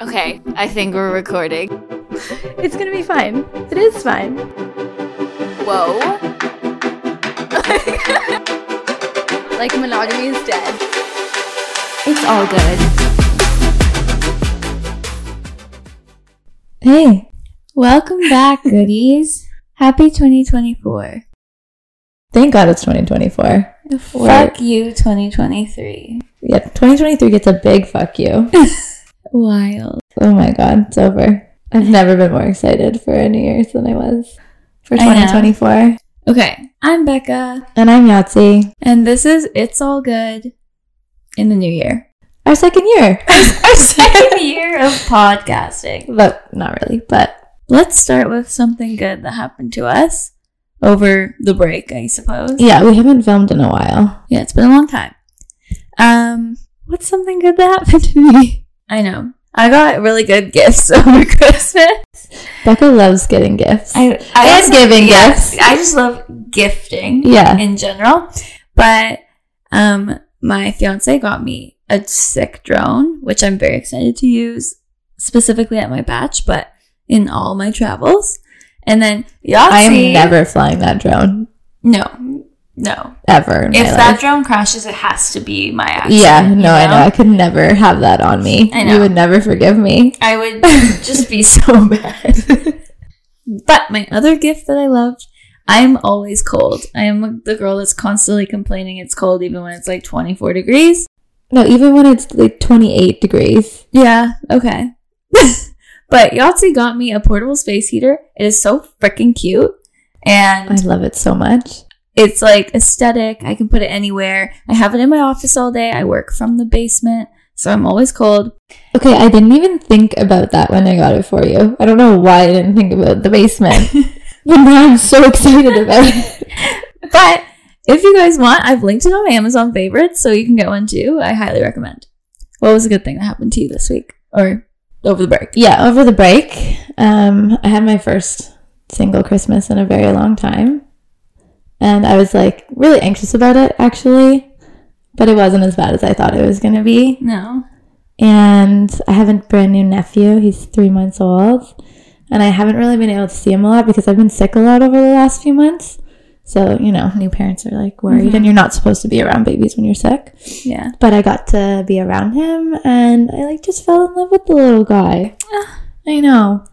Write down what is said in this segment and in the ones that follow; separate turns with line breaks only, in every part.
Okay, I think we're recording.
It's gonna be fine. It is fine.
Whoa.
Like monogamy is dead. It's all good.
Hey, welcome back, goodies. Happy 2024.
Thank God it's 2024.
Fuck you, 2023.
Yeah, 2023 gets a big fuck you.
Wild.
Oh my God, it's over. I've never been more excited for a New Year's than I was for
I know.
2024.
Okay, I'm Becca,
And I'm Yahtzee.
and this is It's All Good in the New Year.
Our second year.
Our second year of podcasting.
but not really, but
Let's start with something good that happened to us over the break, I suppose.
yeah, we haven't filmed in a while.
Yeah, it's been a long time. Um, what's something good that happened to me? I know. I got really good gifts over Christmas.
Becca loves getting gifts.
I, I
And giving gifts.
I just love gifting
yeah.
in general. But um, my fiance got me a sick drone, which I'm very excited to use specifically at my batch, but in all my travels. And then Yahtzee.
I am never flying that drone
No, no.
ever. in
If
my
that
life.
drone crashes, it has to be my accident.
Yeah, no,
you
I know. I could never have that on me.
I
You
know.
would never forgive me.
I would just be so bad. but my other gift that I loved, I'm always cold. I am the girl that's constantly complaining it's cold even when it's like 24 degrees.
No, even when it's like 28 degrees.
Yeah, okay. but Yahtzee got me a portable space heater. It is so freaking cute.
I
And
love it so much.
it's like aesthetic. I can put it anywhere. I have it in my office all day. I work from the basement, so I'm always cold.
Okay, I didn't even think about that when I got it for you. I don't know why I didn't think about the basement. but now I'm so excited about it.
But if you guys want, I've linked it on my Amazon favorites, so you can get one too. I highly recommend. What was a good thing that happened to you this week or over the break?
Yeah, over the break, um, I had my first single Christmas in a very long time. And I was like really anxious about it actually. But it wasn't as bad as I thought it was going to be.
No.
And I have a brand new nephew. He's three months old. And I haven't really been able to see him a lot because I've been sick a lot over the last few months. So, you know, new parents are like worried, and you're not supposed to be around babies when you're sick.
Yeah.
But I got to be around him, and I like just fell in love with the little guy. I know.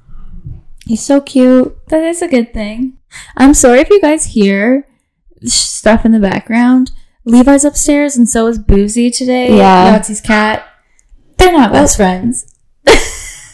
He's so cute.
That is a good thing. I'm sorry if you guys hear sh- stuff in the background. Levi's upstairs and so is Boozy today.
Yeah.
Yahtzee's cat. They're not best friends.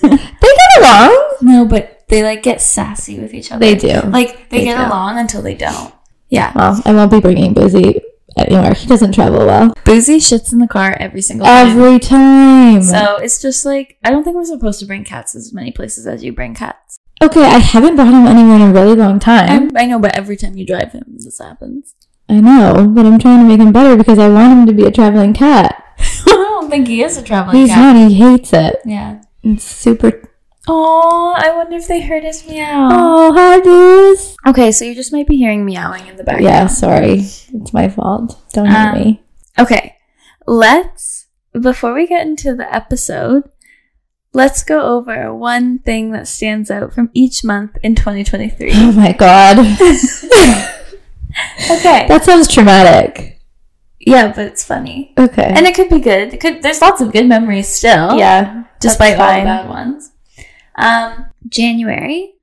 They get along.
No, but they like get sassy with each other.
They do.
Like they,
They
get
do.
along until they don't. Yeah.
Well, I won't be bringing Boozy anywhere. He doesn't travel well.
Boozy shits in the car every single time.
Every time.
So it's just like I don't think we're supposed to bring cats as many places as you bring cats.
okay, I haven't brought him anywhere in a really long time.
i I know, but every time you drive him, this happens.
I know, but I'm trying to make him better because I want him to be a traveling cat.
I don't think he is a traveling
He's
cat.
not. He hates it.
Yeah.
It's super.
Oh, I wonder if they heard us meow.
Oh, hi, Deuce.
Okay, so you just might be hearing meowing in the background.
Yeah, sorry. It's my fault. Don't
Oh, Um,
hate me.
Okay. Let's before we get into the episode, let's go over one thing that stands out from each month in 2023.
Oh my god,
okay.
that sounds traumatic.
Yeah, but it's funny.
Okay.
And it could be good. It could there's lots of good memories still.
yeah,
despite all the
fine.
bad ones. Um, January,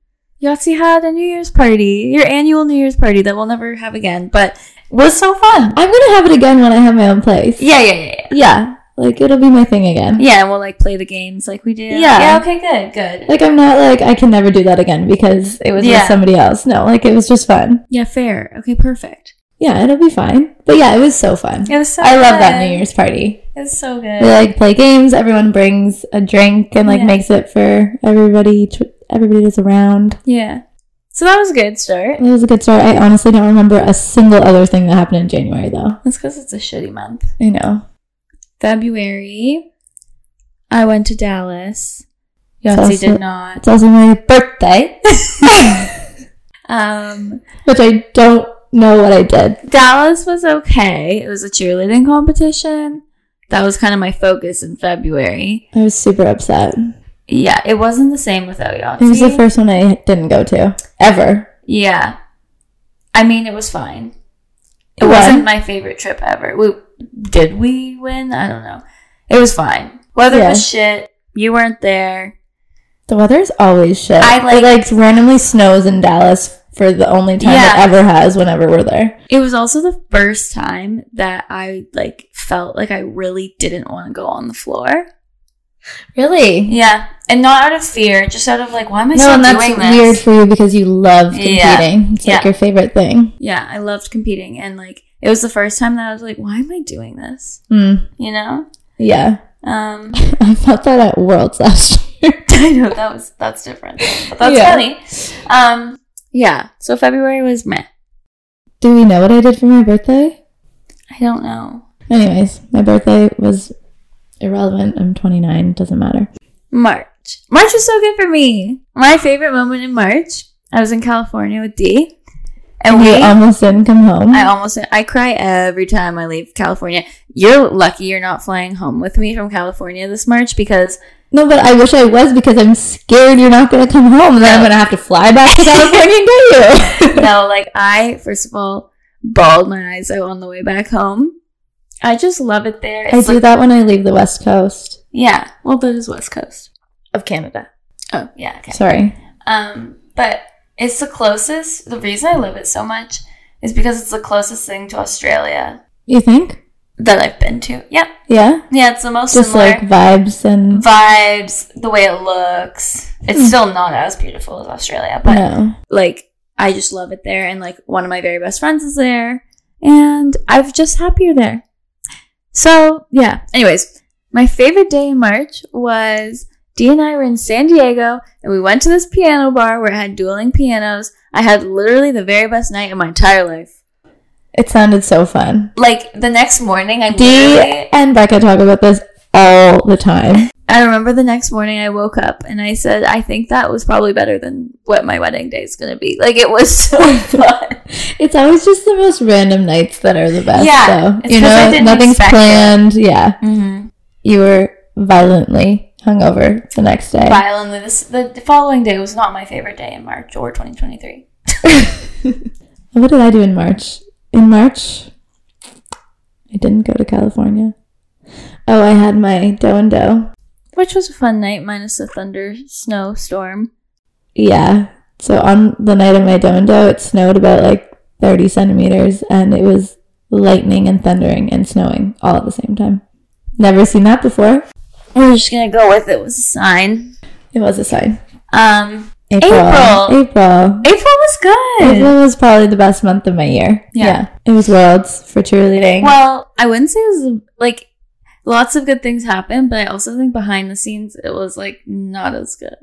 Yahtzee had a New Year's party, your annual New Year's party that we'll never have again, but was so fun.
I'm gonna have it again when I have my own place.
Yeah, yeah, yeah, yeah.
Yeah, like it'll be my thing again.
Yeah, and we'll like play the games like we did.
Yeah.
Yeah. Okay. Good. Good.
Like I'm not like I can never do that again because it was
Yeah.
with somebody else. No, like it was just fun.
Yeah. Fair. Okay. Perfect.
Yeah, it'll be fine. But yeah, it was so fun.
It was so.
I love that
good.
New Year's party.
It was so good.
They like play games. Everyone brings a drink and like
Yeah.
makes it for everybody. Tw- everybody that's around.
Yeah. So that was a good start.
It was a good start. I honestly don't remember a single other thing that happened in January though.
That's because it's a shitty month.
I know.
February, I went to Dallas.
It's
Yahtzee
also-
did not.
It's also my birthday,
Um,
which I don't know what I did.
Dallas was okay. It was a cheerleading competition. That was kind of my focus in February.
I was super upset.
Yeah, it wasn't the same without Yahtzee.
It was the first one I didn't go to ever.
Yeah. I mean, it was fine. It
It was.
wasn't my favorite trip ever. We, did we win? I don't know. It was fine. Weather was shit. You weren't there.
The weather is always shit.
I like-
it like randomly snows in Dallas for the only time
Yeah.
it ever has. Whenever we're there,
It was also the first time that I like felt like I really didn't want to go on the floor.
really.
Yeah, and not out of fear, just out of like, why am I
no,
still
and that's
doing this?
weird for you because you love competing.
Yeah.
It's
Yeah.
like your favorite thing.
Yeah, I loved competing, and like it was the first time that I was like, why am I doing this?
Mm,
You know.
yeah,
Um,
I felt that at Worlds last year.
I know that was that's different, but that's
Yeah.
funny. Um, yeah. So February was meh.
Do we know what I did for my birthday?
I don't know.
Anyways, my birthday was irrelevant. I'm 29. Doesn't matter.
March. March was so good for me. My favorite moment in March. I was in California with Dee, and we.
You almost didn't come home.
I almost I cry every time I leave California. You're lucky you're not flying home with me from California this March because
No, but I wish I was because I'm scared you're not going to come home. And then I'm going to have to fly back to California and get you.
no, like I first of all bawled my eyes out on the way back home. I just love it there.
I
It's
do
like-
that when I leave the West Coast
Yeah. Well, that is West Coast.
of Canada.
Oh, yeah. Okay.
Sorry.
Um, but it's the closest. The reason I love it so much is because it's the closest thing to Australia
You think?
that I've been to. Yep.
Yeah.
Yeah, it's the most
Just
similar
like vibes and
vibes, the way it looks. It's
Hmm.
still not as beautiful as Australia, but
no.
like I just love it there and like one of my very best friends is there and I'm just happier there. So, yeah. Anyways, my favorite day in March was Dee and I were in San Diego and we went to this piano bar where it had dueling pianos. I had literally the very best night of my entire life.
It sounded so fun.
Like the next morning, I
Dee
literally,
and Becca talk about this all the time.
I remember the next morning I woke up and I said, I think that was probably better than what my wedding day is going to be. Like it was so fun.
It's always just the most random nights that are the best.
Yeah,
Yeah.
it's
you
'cause I
know,
didn't
nothing's
expect it.
planned. Yeah.
Mm-hmm.
You were violently hungover the next day.
violently. This, the following day was not my favorite day in March or 2023.
What did I do in March? In March, I didn't go to California. Oh, I had my dough and dough.
Which was a fun night, minus the thunder snowstorm.
Yeah. So on the night of my dough and dough, it snowed about like 30 centimeters and it was lightning and thundering and snowing all at the same time. Never seen that before.
We're just gonna go with it was a sign.
It was a sign.
Um,
April.
April.
April.
April was good.
April was probably the best month of my year.
Yeah.
It was Worlds for cheerleading.
Well, I wouldn't say it was like lots of good things happened, but I also think behind the scenes it was like not as good.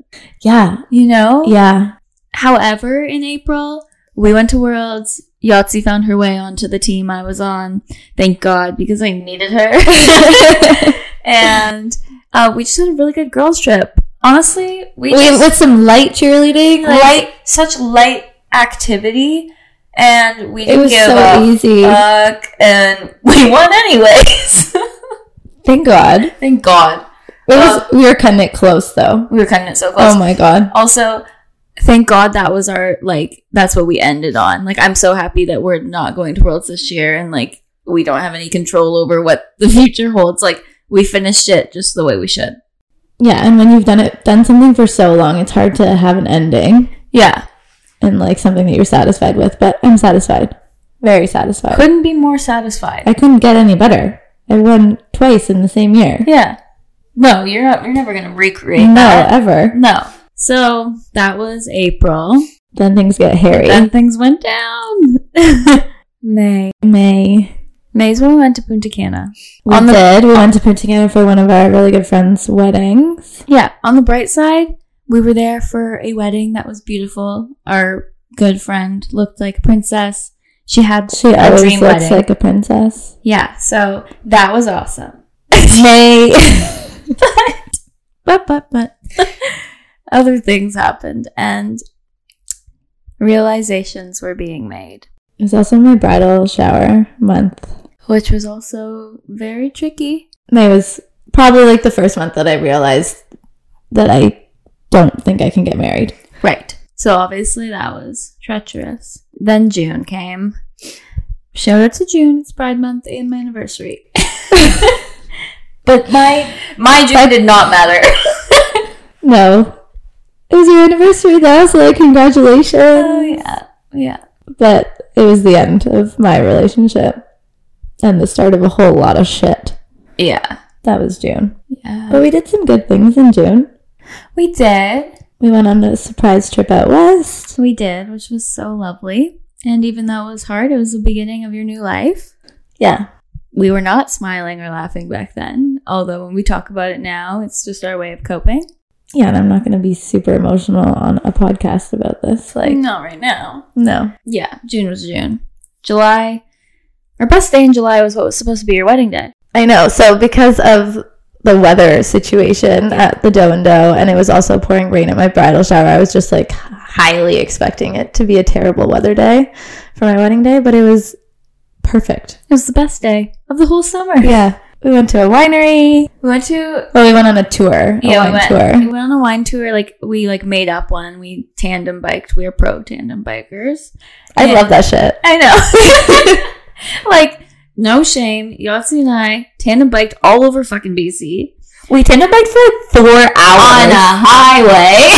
yeah.
You know?
Yeah.
However, in April, we went to Worlds. Yahtzee found her way onto the team I was on. Thank God, because I needed her. and uh, we just had a really good girls' trip. Honestly,
We,
we, just
with some light cheerleading. like-
light, such light activity, and we
It
didn't
was
Oh, give Uh,
so
a
easy.
fuck, and we won anyways.
Thank God. It
Thank God.
was,
Uh,
we were cutting it close though.
We were cutting it so close.
Oh my God.
also thank god that was our like that's what we ended on like i'm so happy that we're not going to worlds this year and like we don't have any control over what the future holds like we finished it just the way we should
Yeah. And when you've done it, done something for so long, it's hard to have an ending
yeah
and like something that you're satisfied with. But I'm satisfied. Very satisfied.
couldn't be more satisfied
I couldn't get any better. I won twice in the same year.
yeah no you're not you're never gonna recreate
no,
that
ever.
no so that was april
Then things get hairy.
then things went down may
May.
may's when we went to punta cana
We
On the-
did. We went to Princeton for one of our really good friends' weddings.
Yeah, on the bright side, we were there for a wedding that was beautiful. Our good friend looked like a princess. She had
She
a
always
dream
looks
wedding.
like a princess.
yeah, so that was awesome.
May.
But but but other things happened and realizations were being made,
it was also my bridal shower month.
which was also very tricky.
May was probably like the first month that I realized that I don't think I can get married.
Right. So obviously that was treacherous. Then June came. Shout out to June. It's Pride Month and my anniversary. but my my June did not matter.
No. It was your anniversary though, so like congratulations.
oh yeah, yeah.
But it was the end of my relationship and the start of a whole lot of shit.
Yeah.
That was June.
Yeah.
But we did some good things in June.
We did.
We went on a surprise trip out west.
We did, which was so lovely. And even though it was hard, it was the beginning of your new life.
Yeah.
We were not smiling or laughing back then, although when we talk about it now, it's just our way of coping.
Yeah, and I'm not going to be super emotional on a podcast about this. Like,
not right now.
no.
Yeah, June was June. July, our best day in July was what was supposed to be your wedding day.
I know. So because of the weather situation at the Do and Do, and it was also pouring rain at my bridal shower, I was just like highly expecting it to be a terrible weather day for my wedding day, but it was perfect.
It was the best day of the whole summer.
Yeah. We went to a winery.
We went to
Well, we went on a tour. a
yeah, we
wine
went, we
tour.
went on a wine tour. Like we like made up one. We tandem biked. We are pro tandem bikers.
I
Yeah.
love that shit.
I know. like no shame. Yossi and I tandem biked all over fucking BC
We tended bike for like four
on
hours.
a highway.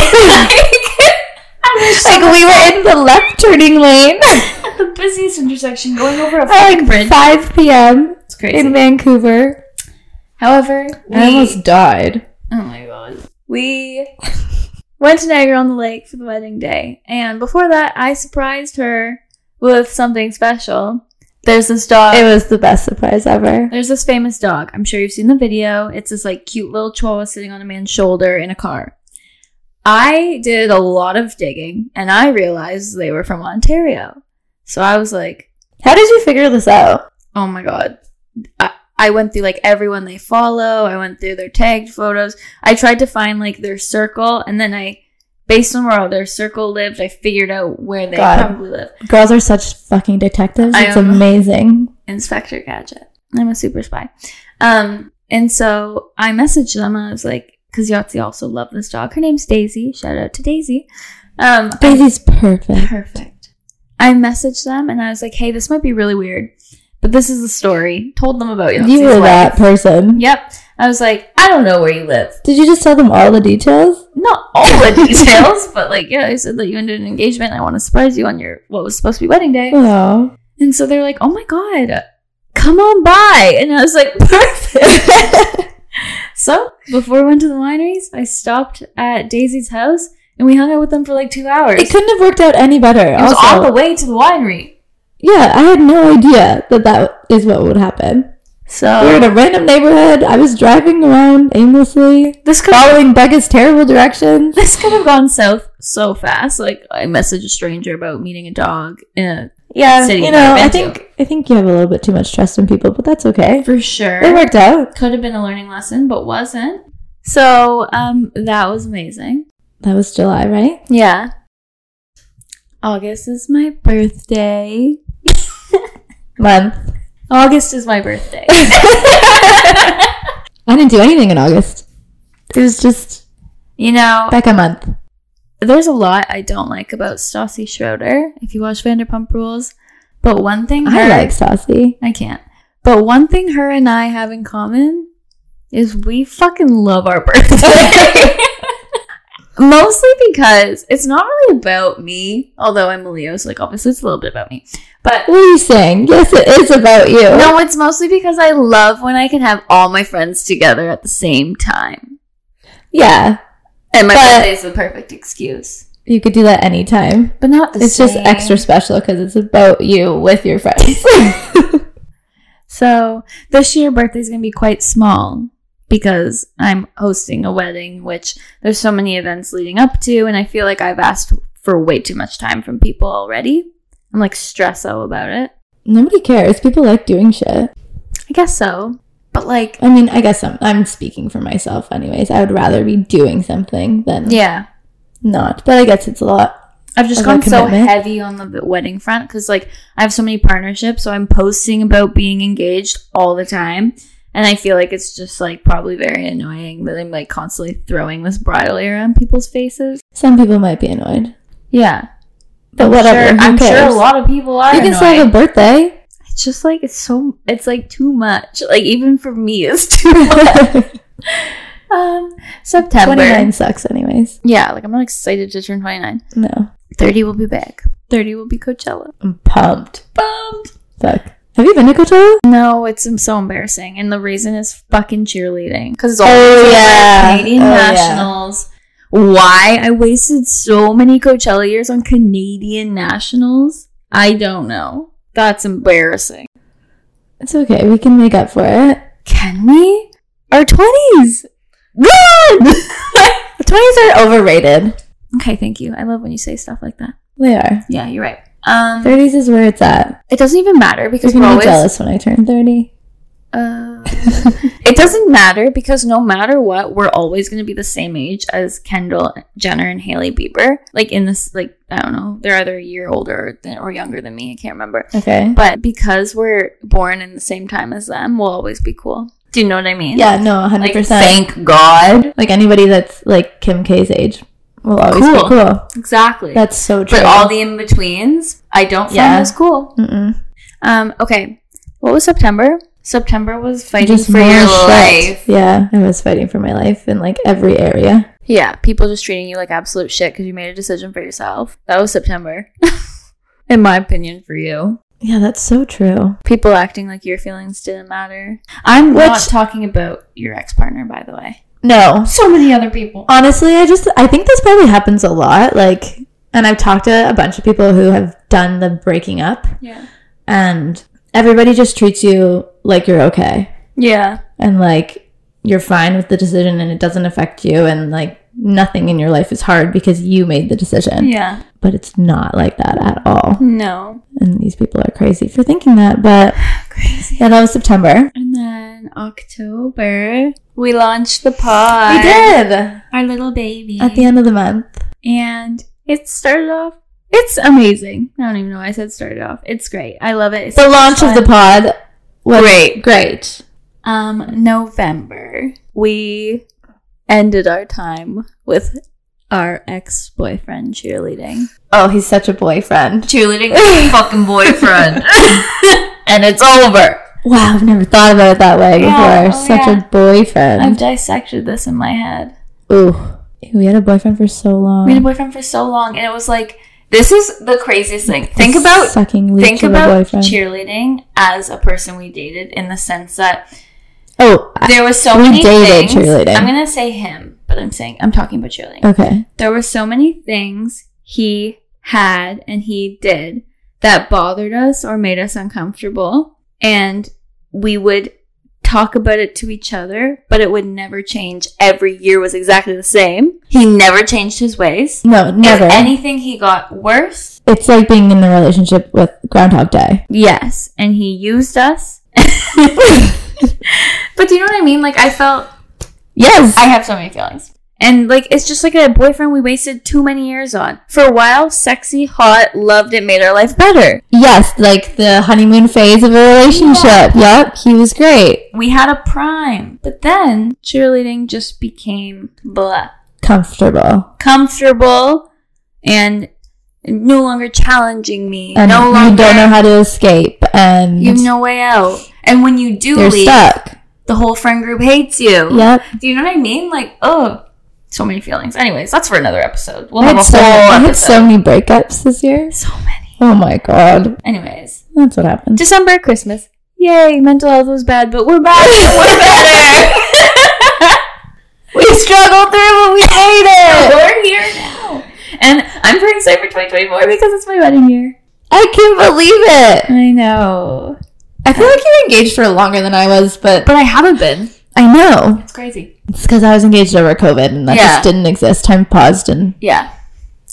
like we were in the left turning lane
At the busiest intersection, going over a
at
fucking
like
bridge.
5 p.m.
It's
in Vancouver.
However, we,
I almost died.
oh my god, we went to Niagara on the Lake for the wedding day, and before that, I surprised her with something special. There's this dog.
It was the best surprise ever.
There's this famous dog. I'm sure you've seen the video. It's this like cute little chihuahua sitting on a man's shoulder in a car. I did a lot of digging and I realized they were from Ontario. So I was like,
How did you figure this out?
oh my God. I, I went through like everyone they follow. I went through their tagged photos. I tried to find like their circle and then I, based on where their circle lived, I figured out where they
God.
probably live.
Girls are such fucking detectives.
I
It's
am.
amazing.
Inspector Gadget. I'm a super spy. Um, and so I messaged them and I was like, because Yahtzee also loved this dog. Her name's Daisy. Shout out to Daisy. Um,
Daisy's perfect.
perfect. I messaged them and I was like, hey, this might be really weird, but this is the story. Told them about Yahtzee's
You were that
life.
person.
Yep. I was like, I don't know where you live.
Did you just tell them all the details?
Not all the details, but like, yeah, I said that you ended an engagement. And I want to surprise you on your what was supposed to be wedding day.
No.
And so they're like, oh my God, come on by. And I was like, perfect. so before we went to the wineries, I stopped at Daisy's house and we hung out with them for like two hours.
It
It,
couldn't have worked out any better.
was
also,
on the way to the winery.
yeah, I had no idea that that is what would happen.
So
We were in a random neighborhood. I was driving around aimlessly,
this could
following Becca's terrible directions.
this could have gone south so fast. Like I messaged a stranger about meeting a dog. Yeah,
Yeah,
City
you
you've
know,
never been
I
to.
think I think you have a little bit too much trust in people, but that's okay.
for
It
sure.
worked out.
Could have been a learning lesson, but wasn't. So um, that was amazing.
That was July, right?
Yeah. August is my birthday.
Month.
August is my birthday.
I didn't do anything in August. It was just
you know,
Becca month.
there's a lot I don't like about Stassi Schroeder if you watch Vanderpump Rules, but one thing
I
her-
like Saucy.
I can't. But one thing her and I have in common is we fucking love our birthday. Mostly because it's not really about me, although I'm a Leo, so like obviously it's a little bit about me. But
What are you saying? Yes, it is about you.
No, it's mostly because I love when I can have all my friends together at the same time.
Yeah,
And my
But-
birthday is the perfect excuse.
you could do that anytime.
But not the
It's just extra special because it's about you with your friends.
So this year birthday is going to be quite small because I'm hosting a wedding, which there's so many events leading up to, and I feel like I've asked for way too much time from people already. I'm like stressed out about it.
Nobody cares. People like doing shit.
I guess so. But like,
I mean, I guess I'm, I'm speaking for myself, anyways. I would rather be doing something than
yeah,
not. But I guess it's a lot.
I've just
of a
gone so
commitment.
heavy on the wedding front because, like, I have so many partnerships. So I'm posting about being engaged all the time. And I feel like it's just like probably very annoying that I'm like constantly throwing this bridal air on people's faces.
Some people might be annoyed,
Yeah.
but whatever.
Sure,
who
I'm sure
cares?
a lot of people are.
You can still have a birthday.
it's just like it's so it's like too much. Like even for me it's too much. um September.
29 sucks, anyways.
Yeah, like I'm not excited to turn 29.
No,
30 will be back. 30 will be Coachella.
I'm pumped.
Bummed.
Fuck. Have you been to Coachella?
No, it's um, so embarrassing. And the reason is fucking cheerleading. Because it's
Oh,
over
yeah.
Canadian
Oh, yeah.
nationals. Why I wasted so many Coachella years on Canadian nationals, I don't know. That's embarrassing.
It's okay. We can make up for it.
Can we? Our 20s. Run!
The 20s are overrated.
okay, thank you. I love when you say stuff like that.
They are.
Yeah, you're right. Um,
30s is where it's at.
it doesn't even matter
You're
because we're
gonna be
always
jealous when I turn 30.
Uh, it doesn't matter because no matter what, we're always going to be the same age as Kendall Jenner and Haley Bieber. Like in this, like I don't know, they're either a year older than, or younger than me. I can't remember.
Okay.
But because we're born in the same time as them, we'll always be cool. Do you know what I mean?
Yeah, no, 100%.
Like, thank God.
Like anybody that's like Kim K's age will always
Cool.
be cool.
Exactly.
That's so true.
but all the in betweens, I don't find
Yeah.
as cool.
Mm-mm.
Um. Okay. What was September? September was fighting
Just
for
more shit.
your life.
Yeah, I was fighting for my life in like every area.
Yeah, people just treating you like absolute shit because you made a decision for yourself. That was September. In my opinion, for you.
Yeah, that's so true.
People acting like your feelings didn't matter. I'm not
Which-
talking about your ex partner, by the way.
No.
So many other people.
Honestly, I just I think this probably happens a lot. Like and I've talked to a bunch of people who have done the breaking up
Yeah.
and everybody just treats you like you're okay
Yeah.
and like you're fine with the decision and it doesn't affect you and like nothing in your life is hard because you made the decision.
Yeah.
But it's not like that at all.
No.
And these people are crazy for thinking that, but
Crazy.
yeah, that was September.
And then October, we launched the pod.
we did.
Our little baby.
At the end of the month.
And it started off. It's amazing. I don't even know why I said started off. It's great. I love it. It's
The
so much
launch of
fun.
the pod was
Great.
Great.
Um, November, we ended our time with our ex boyfriend cheerleading.
Oh, he's such a boyfriend.
Cheerleading is a fucking boyfriend. and it's over.
Wow, I've never thought about it that way
Yeah,
before.
oh,
such
yeah.
a boyfriend.
I've dissected this in my head.
Ooh. We had a boyfriend for so long.
We had a boyfriend for so long, and it was like, this is the craziest thing. Think about
sucking leech
think
of a
about
boyfriend.
cheerleading as a person we dated in the sense that
oh, I-
there was so
We
many
dated
things.
cheerleading. Uh,
I'm gonna say him, but I'm saying I'm talking about cheerleading.
okay.
there were so many things he had and he did that bothered us or made us uncomfortable and we would talk about it to each other but it would never change every year was exactly the same he never changed his ways
No, never.
if anything he got worse
it's like being in a relationship with Groundhog Day.
yes and he used us but do you know what i mean like i felt
Yes.
I have so many feelings. And like it's just like a boyfriend we wasted too many years on. For a while, sexy, hot, loved it, made our life better.
yes, like the honeymoon phase of a relationship. Yep, he was great.
We had a prime. But then cheerleading just became blah
Comfortable.
comfortable and no longer challenging me.
And
no longer
you don't know how to escape and
you have no way out. And when you do
you're
leave,
stuck.
the whole friend group hates you.
Yep.
Do you know what I mean? Like, oh, so many feelings. Anyways, that's for another episode. We'll
I
have a
had,
whole
so, I had
episode.
so many breakups this year.
so many.
Oh my god.
Anyways.
That's what happened.
December, Christmas. Yay, mental health was bad, but we're back. We're better.
We struggled through but we made
we're here now. And I'm pretty excited for 2024 because it's my wedding year.
I can't believe it.
I know.
I feel like you were engaged for longer than I was, but
But I haven't been.
I know.
It's crazy.
It's because I was engaged over COVID and that
Yeah.
just didn't exist. Time paused and
Yeah.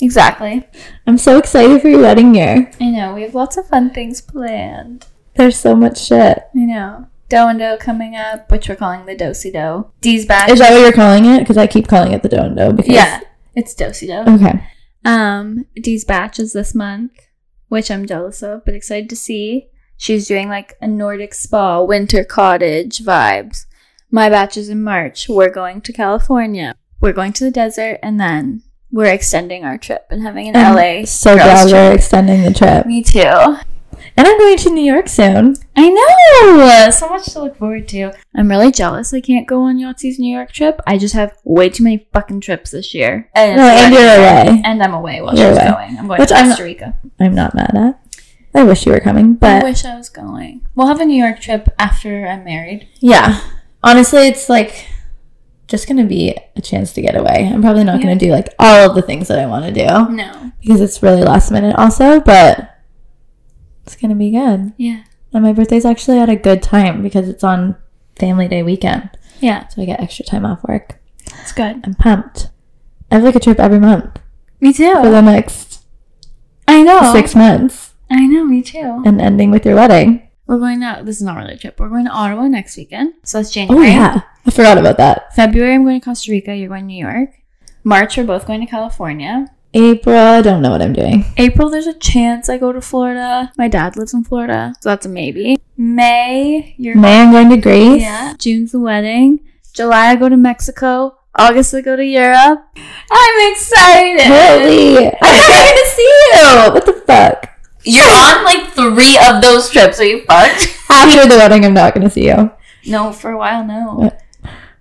Exactly.
I'm so excited for your wedding year.
I know. We have lots of fun things planned.
There's so much shit.
I know. Doe and Doe coming up, which we're calling the Dosey Doe. D's back.
Is that what you're calling it? Because I keep calling it the don't know. Because
yeah. It's Dosey Doe.
Okay.
Um, D's batch is this month, which I'm jealous of, but excited to see. She's doing like a Nordic spa, winter cottage vibes. My batch is in March. We're going to California. We're going to the desert, and then we're extending our trip and having an LA.
I'm so
girls
glad we're
trip.
extending the trip.
Me too.
And I'm going to New York soon.
I know! So much to look forward to. I'm really jealous I can't go on Yahtzee's New York trip. I just have way too many fucking trips this year. And,
No, and you're away.
And I'm away while
You're
she's
away.
going. I'm going
Which
to
I'm-
Costa Rica.
I'm not mad at. I wish you were coming,
I
but
wish I was going. We'll have a New York trip after I'm married.
yeah. Honestly, it's like just gonna be a chance to get away. I'm probably not gonna do like all of the things that I want to do
No.
because it's really last minute, also. But it's gonna be good.
Yeah.
And my birthday's actually at a good time because it's on Family Day weekend,
Yeah.
so I get extra time off work.
It's good.
I'm pumped. I have like a trip every month
Me
for
too.
the next
I know.
six months,
I know, me too.
and ending with your wedding.
We're going to, this is not really a trip. We're going to Ottawa next weekend. So it's January.
Oh yeah, I forgot about that.
February, I'm going to Costa Rica. You're going to New York. March, we're both going to California.
April, I don't know what I'm doing.
April, there's a chance I go to Florida. My dad lives in Florida, so that's a maybe. May, you're
May I'm going to Greece.
yeah. June's the wedding. July, I go to Mexico. August, I go to Europe. I'm excited.
Really? I'm not going to see you. What the fuck?
You're on like three of those trips. Are you fucked?
After the wedding, I'm not going to see you.
No, for a while, no.
What?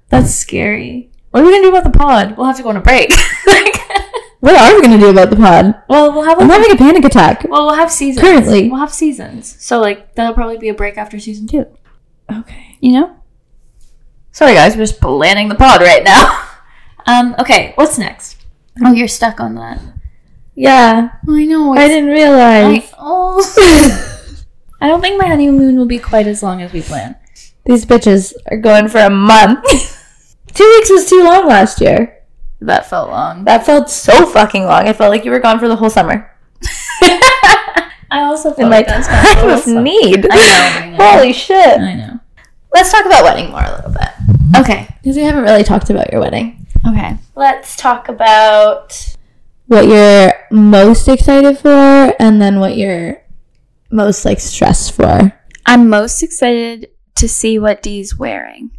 That's scary.
What are we going to do about the pod?
We'll have to go on a break. like,
What are we going to do about the pod?
well, we'll have
I'm
a,
having a panic attack.
well, we'll have seasons.
Currently.
we'll have seasons. So like, that'll probably be a break after season two.
Okay.
you know? Sorry, guys, we're just planning the pod right now. Um, okay, what's next? Oh, you're stuck on that.
Yeah,
I know.
I didn't realize.
oh. I don't think my honeymoon will be quite as long as we plan.
These bitches are going for a month. Two weeks was too long last year.
That felt long.
That felt so fucking long. It felt like you were gone for the whole summer.
I also felt
In my
like that's
time of need.
I know, I know.
Holy shit.
I know.
Let's talk about wedding more a little bit.
Okay.
Because we haven't really talked about your wedding.
Okay.
Let's talk about what you're most excited for and then what you're most like stressed for.
I'm most excited to see what Dee's wearing.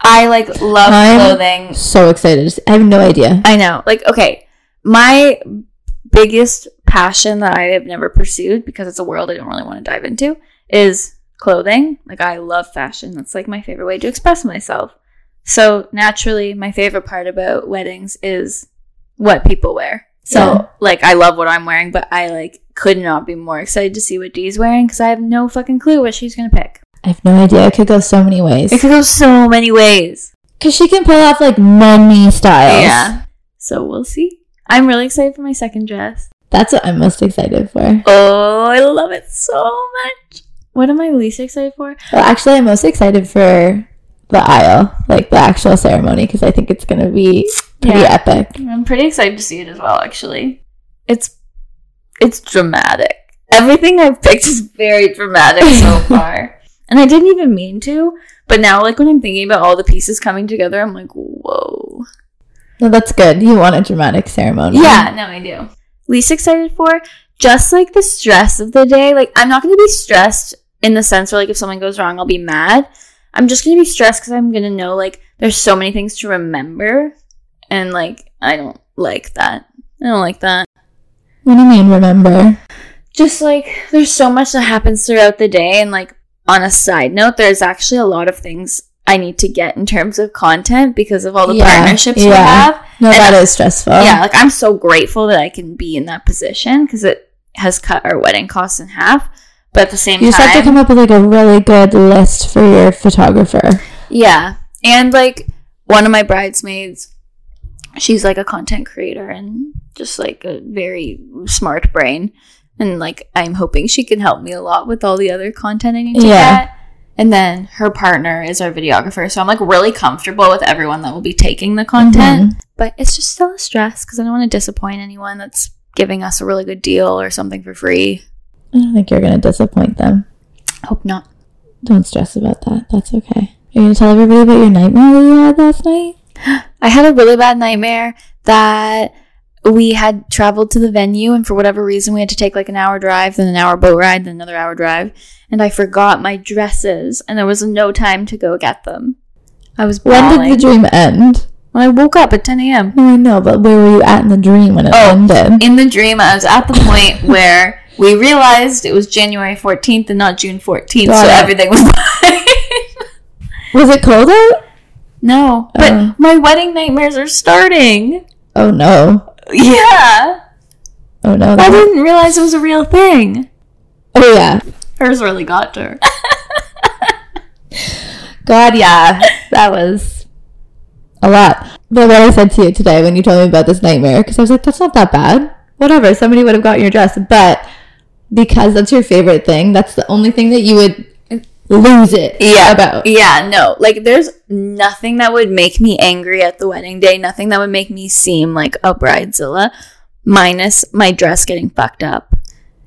I like love
I'm-
clothing.
So excited. I have no idea.
I know. Like, okay, my biggest passion that I have never pursued because it's a world I don't really want to dive into is clothing. Like, I love fashion. That's like my favorite way to express myself. So, naturally, my favorite part about weddings is what people wear. So,
Yeah.
like, I love what I'm wearing, but I like could not be more excited to see what Dee's wearing because I have no fucking clue what she's gonna pick.
I have no idea. It could go so many
It
ways.
could go so many ways.
Because she can pull off like many styles.
Yeah. So we'll see. I'm really excited for my second dress.
That's what I'm most excited for. Well,
Oh, I love it so much. What am I least excited for?
actually, I'm most excited for the aisle, like the actual ceremony, because I think it's going to be pretty
Yeah.
epic.
I'm pretty excited to see it as well, actually. It's it's dramatic. Everything I've picked is very dramatic so far. And I didn't even mean to, but now like when I'm thinking about all the pieces coming together, I'm like, whoa.
No, that's good. You want a dramatic ceremony.
Yeah, no, I do. Least excited for just like the stress of the day. Like, I'm not going to be stressed in the sense where, like, if something goes wrong, I'll be mad. I'm just going to be stressed because I'm going to know, like, there's so many things to remember. And, like, I don't like that. I don't like that.
What do you mean, remember?
Just like, there's so much that happens throughout the day. And, like, on a side note, there's actually a lot of things I need to get in terms of content because of all the
Yeah,
partnerships we
yeah.
have.
No,
And-
that is stressful.
yeah like i'm so grateful that i can be in that position because it has cut our wedding costs in half but at the same
You just
time
have to come up with like a really good list for your photographer.
yeah and like one of my bridesmaids she's like a content creator and just like a very smart brain and like i'm hoping she can help me a lot with all the other content i need to
Yeah.
get and then her partner is our videographer so i'm like really comfortable with everyone that will be taking the
Mm-hmm.
content but it's just still a stress because I don't want to disappoint anyone that's giving us a really good deal or something for free.
I don't think you're gonna disappoint them.
Hope not.
Don't stress about that. That's okay. Are you gonna tell everybody about your nightmare that you had last night?
I had a really bad nightmare that we had traveled to the venue and for whatever reason we had to take like an hour drive then an hour boat ride then another hour drive and i forgot my dresses and there was no time to go get them i was
When
bawling.
did the dream end?
when i woke up at 10 a.m
No, I know, but where were you at in the dream when it
Oh.
ended?
in the dream i was at the point where we realized it was january 14th and not june 14th
Got
so
it.
everything was fine
Was it cold out?
no but
Oh.
my wedding nightmares are starting
Oh no.
yeah
Oh no.
i
that-
didn't realize it was a real thing
oh yeah.
hers really got her
God, yeah. That was a lot. But what I said to you today when you told me about this nightmare, because I was like, that's not that bad. Whatever. Somebody would have gotten your dress. But because that's your favorite thing, that's the only thing that you would lose it
yeah
about.
yeah no like there's nothing that would make me angry at the wedding day nothing that would make me seem like a bridezilla minus my dress getting fucked up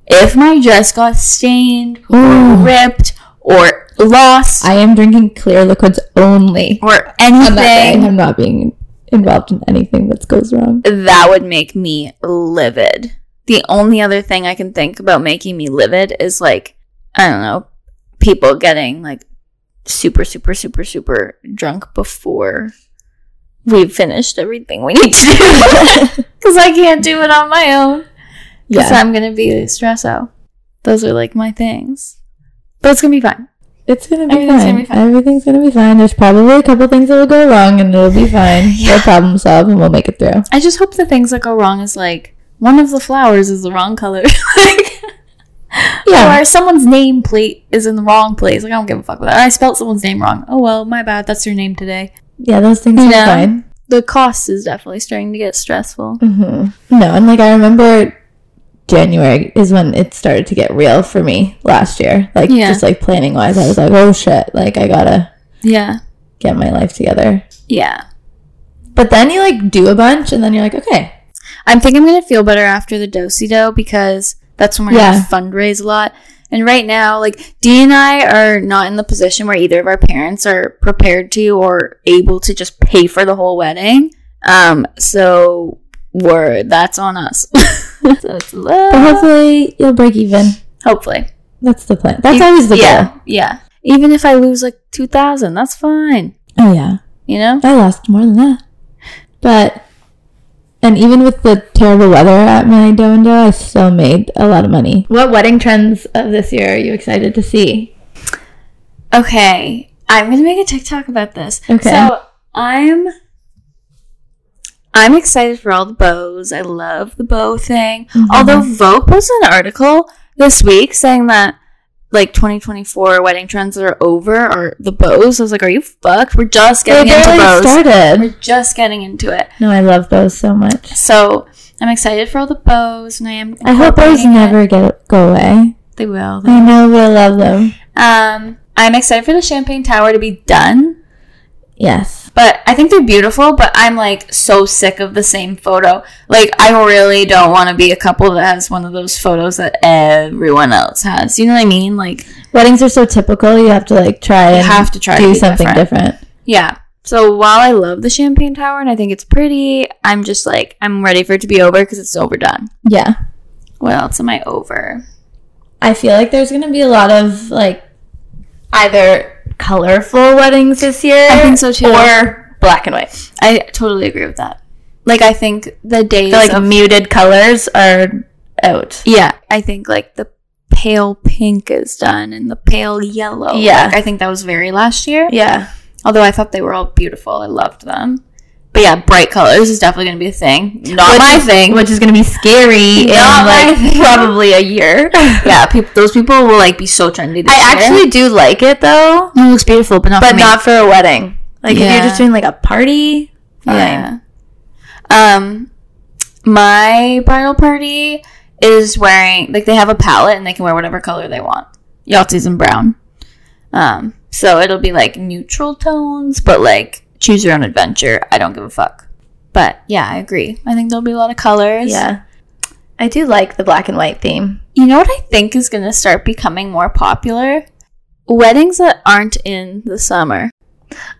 if my dress got stained or
Ooh.
ripped or lost
I am drinking clear liquids only.
or
I'm not,
anything
I'm not being involved in anything that goes wrong.
that would make me livid the only other thing i can think about making me livid is like i don't know people getting like super super super super drunk before we've finished everything we need to do because i can't do it on my own because
Yeah.
i'm gonna be a stress out those are like my things but it's gonna be fine
It's gonna be,
Everything's
fine.
gonna be fine.
Everything's gonna be fine. There's probably a couple things that will go wrong, and it'll be fine. We'll problem solve, and we'll make it through.
i just hope the things that go wrong is like one of the flowers is the wrong color like
Yeah,
Or someone's name plate is in the wrong place. Like I don't give a fuck about that. I spelled someone's name wrong. Oh well, my bad. That's your name today.
yeah, those things
You
are
know?
fine.
The cost is definitely starting to get stressful.
Mm-hmm. No, and like I remember, January is when it started to get real for me last year. Like
Yeah.
just like planning wise, I was like, oh shit, like I gotta
Yeah.
get my life together.
Yeah.
But then you like do a bunch, and then you're like, okay,
I'm think I'm gonna feel better after the dosey do because that's when we're
Yeah.
gonna fundraise a lot. And right now, like Dee and I are not in the position where either of our parents are prepared to or able to just pay for the whole wedding. Um, so we're that's on us. so it's a
but
little-
hopefully you'll break even.
hopefully.
That's the plan. That's
You-
always the
yeah,
goal.
Yeah. Even if I lose like 2,000, that's fine.
Oh yeah.
You know?
I lost more than that. But and even with the terrible weather at my Dondo, I still made a lot of money. What wedding trends of this year are you excited to see?
Okay. I'm going to make a TikTok about this.
Okay.
So I'm. I'm excited for all the bows. I love the bow thing. Although Vogue posted an article this week saying that like 2024 wedding trends that are over are the bows. I was like, are you fucked? We're just getting
they
into
barely
bows.
started.
We're just getting into it.
No, I love bows so much.
So I'm excited for all the bows, and I am.
I hope bows
incorporating it.
never get go away.
They will.
I know we'll love them.
Um, I'm excited for the Champagne Tower to be done,
Yes.
but I think they're beautiful. But I'm like so sick of the same photo. Like I really don't want to be a couple that has one of those photos that everyone else has. You know what I mean? Like
Weddings are so typical. You have to like try
you
and
have to try to
do
be
something
different.
different.
Yeah. So while I love the Champagne Tower and I think it's pretty, I'm just like I'm ready for it to be over because it's overdone.
Yeah.
What else am I over?
I feel like there's going to be a lot of like either colorful weddings this year
I think so too.
or black and white.
I totally agree with that. Like I think the days
feel like
of
muted colors are out.
Yeah, I think like the pale pink is done and the pale yellow.
Yeah.
Like, I think that was very last year.
Yeah.
Although I thought they were all beautiful, I loved them. But yeah, bright colors is definitely going to be a thing. Not
Which
my
is-
thing.
Which is going to be scary
Not my
in like
thing.
probably a year. I
yeah, peop those people will like be so trendy. This
actually do like it though,
year. it looks beautiful, but not.
but
for me.
not for a wedding. Like if
Yeah.
you're just doing like a party, fine.
Yeah. Um, my bridal party is wearing like they have a palette and they can wear whatever color they want. Yahtzee's in brown. Um, so it'll be like neutral tones, but like choose your own adventure. I don't give a fuck. But yeah, I agree. I think there'll be a lot of colors.
Yeah. I do like the black and white theme.
You know what I think is gonna start becoming more popular? Weddings that aren't in the summer.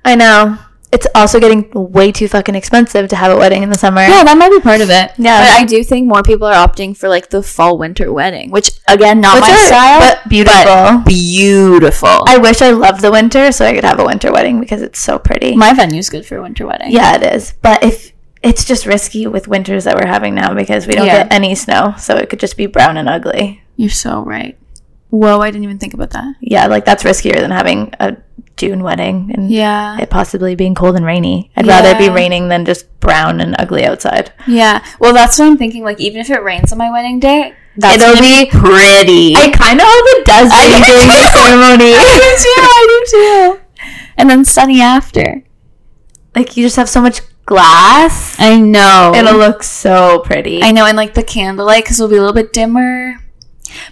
I know. it's also getting way too fucking expensive to have a wedding in the summer.
Yeah, that might be part of it.
Yeah.
But I do think more people are opting for like the fall winter wedding, which again, not
Which
my
are-
style,
but beautiful.
beautiful.
I wish I loved the winter so I could have a winter wedding because it's so pretty.
my venue's good for a winter wedding.
yeah, it is. But if it's just risky with winters that we're having now because we don't
Yeah.
get any snow, so it could just be brown and ugly.
You're so right. Whoa, I didn't even think about that.
Yeah, like that's riskier than having a June wedding and
Yeah.
it possibly being cold and rainy. I'd rather it be raining than just brown and ugly outside.
Yeah. Well, that's what I'm thinking. Like, even if it rains on my wedding day, that's
It'll
gonna
be
pretty.
I kind of hope it does rain during the ceremony.
I do too. And then sunny after.
like you just have so much glass.
I know.
It'll look so pretty.
I know, and like the candlelight because it'll be a little bit dimmer.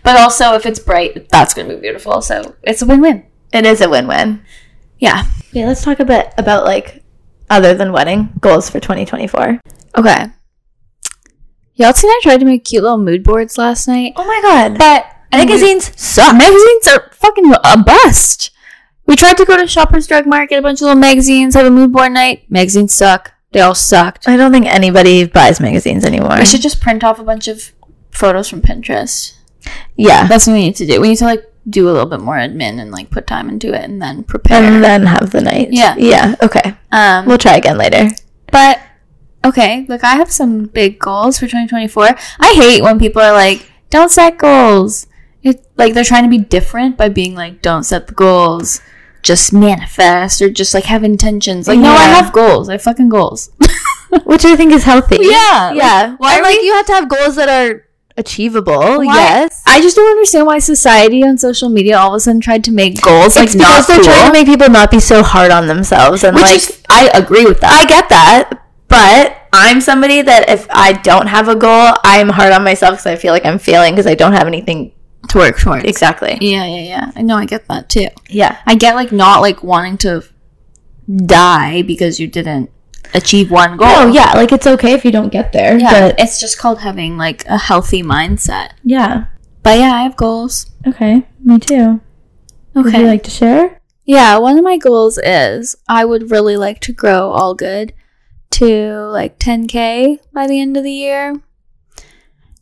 But also, if it's bright, that's gonna be beautiful. So it's a win-win.
It is a win-win.
Yeah.
Yeah, let's talk a bit about like other than wedding goals for 2024.
Okay. Yeltsin and I tried to make cute little mood boards last night,
Oh my god.
but
Magazines
suck. Magazines are fucking a bust. We tried to go to Shoppers Drug Mart, get a bunch of little magazines, have a mood board night. Magazines suck. They all sucked.
I don't think anybody buys magazines anymore.
We should just print off a bunch of photos from Pinterest.
yeah.
That's what we need to do. We need to like do a little bit more admin and like put time into it and then prepare.
And then have the night.
Yeah.
Yeah. Okay.
Um,
We'll try again later.
But okay, look, I have some big goals for 2024. I hate when people are like, "Don't set goals." It like they're trying to be different by being like, "Don't set the goals." Just manifest or just like have intentions. Like, no, I
Yeah.
have goals. I have fucking goals.
Which I think is healthy.
Yeah, like,
Yeah.
why
and,
are
like
we-
you have to have goals that are achievable.
Why-
Yes.
I just don't understand why society on social media all of a sudden tried to make goals like
it's because
not
they're
cool.
trying to make people not be so hard on themselves and
which
like
is, I agree with that.
I get that, but I'm somebody that if I don't have a goal, I'm hard on myself because I feel like I'm failing because I don't have anything
to work towards.
exactly.
Yeah, yeah, yeah. I know. I get that too.
Yeah.
I get like not like wanting to die because you didn't achieve one goal.
Oh yeah, like it's okay if you don't get there.
Yeah,
But
it's just called having like a healthy mindset.
yeah.
But yeah, I have goals.
Okay. Me too. Would you
Okay.
like to share?
yeah, one of my goals is I would really like to grow all good to like 10k by the end of the year.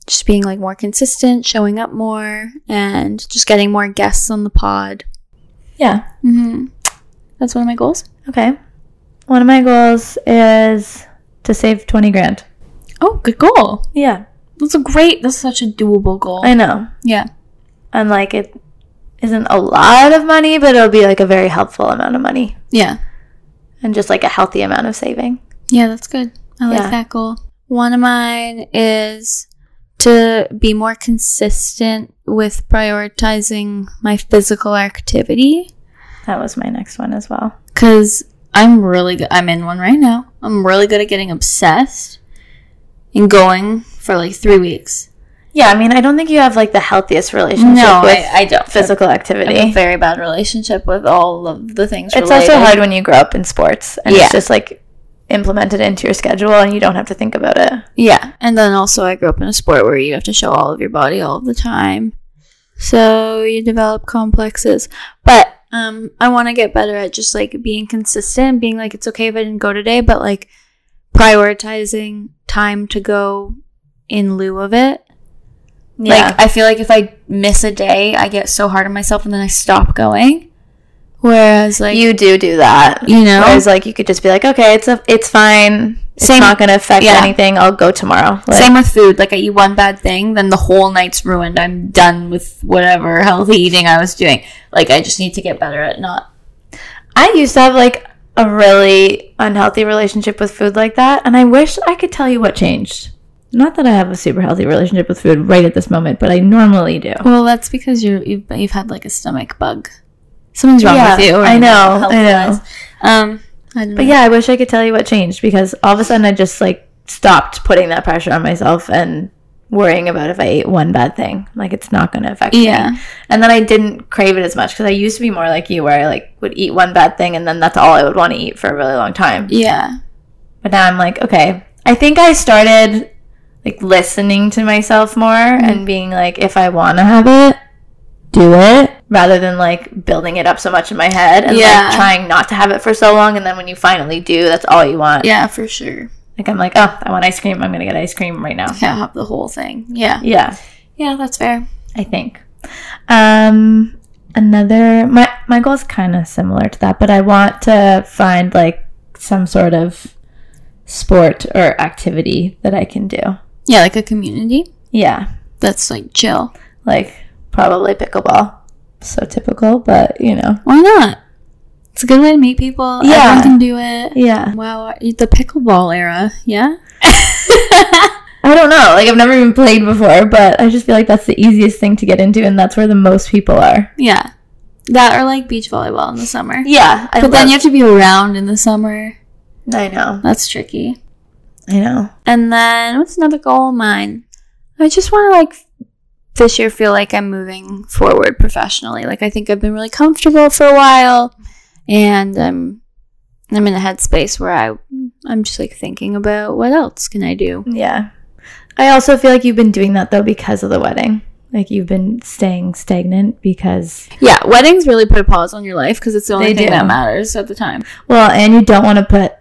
Just being like more consistent, showing up more, and just getting more guests on the pod.
Yeah.
Mm-hmm. That's one of my goals.
Okay. One of my goals is to save twenty grand.
Oh, good goal.
Yeah.
That's a great. That's such a doable goal.
I know.
yeah.
and like it isn't a lot of money, but it'll be like a very helpful amount of money
Yeah.
and just like a healthy amount of saving.
Yeah, that's good. I
Yeah.
like that goal. One of mine is to be more consistent with prioritizing my physical activity
That was my next one as well.
because I'm really good. I'm in one right now. I'm really good at getting obsessed and going for like three weeks.
Yeah, I mean, I don't think you have like the healthiest relationship
No,
with
I, I don't.
physical
I have a
activity.
very bad relationship with all of the things.
It's
related.
also hard when you grow up in sports and
Yeah.
it's just like implemented into your schedule and you don't have to think about it.
Yeah. And then also, I grew up in a sport where you have to show all of your body all the time. So you develop complexes. But um, I want to get better at just like being consistent, being like, it's okay if I didn't go today, but like prioritizing time to go in lieu of it. Like, I feel like if I miss a day, I get so hard on myself and then I stop going. Whereas, like,
you do do that.
you know,
Whereas like you could just be like, okay, it's a, it's fine. It's
Same-
not going to affect
yeah.
anything. I'll go tomorrow. Like,
Same with food. Like I eat one bad thing, then the whole night's ruined. I'm done with whatever healthy eating I was doing. Like I just need to get better at not.
I used to have like a really unhealthy relationship with food like that, and I wish I could tell you what changed. Not that I have a super healthy relationship with food right at this moment, but I normally do.
Well, that's because you're you've, you've had like a stomach bug. Something's wrong
Yeah,
with you. or
I know, I know.
health-wise. Um, I don't
But yeah, I wish I could tell you what changed because all of a sudden I just like stopped putting that pressure on myself and worrying about if I ate one bad thing. Like it's not going to affect me.
Yeah.
And then I didn't crave it as much because I used to be more like you, where I like would eat one bad thing and then that's all I would want to eat for a really long time.
yeah,
But now I'm like, okay. I think I started
Mm-hmm.
like listening to myself more and being like, if I want to have it, do it rather than like building it up so much in my head and
Yeah.
like trying not to have it for so long and then when you finally do that's all you want
Yeah, for sure.
like i'm like oh i want ice cream i'm gonna get ice cream right now
Yeah, have the whole thing. Yeah.
yeah
Yeah, that's fair.
i think um another my my goal is kind of similar to that but i want to find like some sort of sport or activity that i can do
Yeah, like a community
yeah
that's like chill.
like probably pickleball. So typical, but you know.
Why not? It's a good way to meet people.
Yeah.
Everyone can do it.
Yeah.
Wow, the pickleball era. Yeah.
I don't know. Like I've never even played before, but I just feel like that's the easiest thing to get into and that's where the most people are.
Yeah. That or like beach volleyball in the summer.
Yeah. I
But then you have to be around in the summer.
I know.
That's tricky.
I know.
And then what's another goal of mine? I just want to like this year feel like I'm moving forward professionally. Like I think I've been really comfortable for a while and I'm I'm in a headspace where I I'm just like thinking about what else can I do?
Yeah. I also feel like you've been doing that though because of the wedding. Like you've been staying stagnant because
Yeah, weddings really put a pause on your life because it's the only
They
thing
do.
that matters at the time.
well, and you don't want to put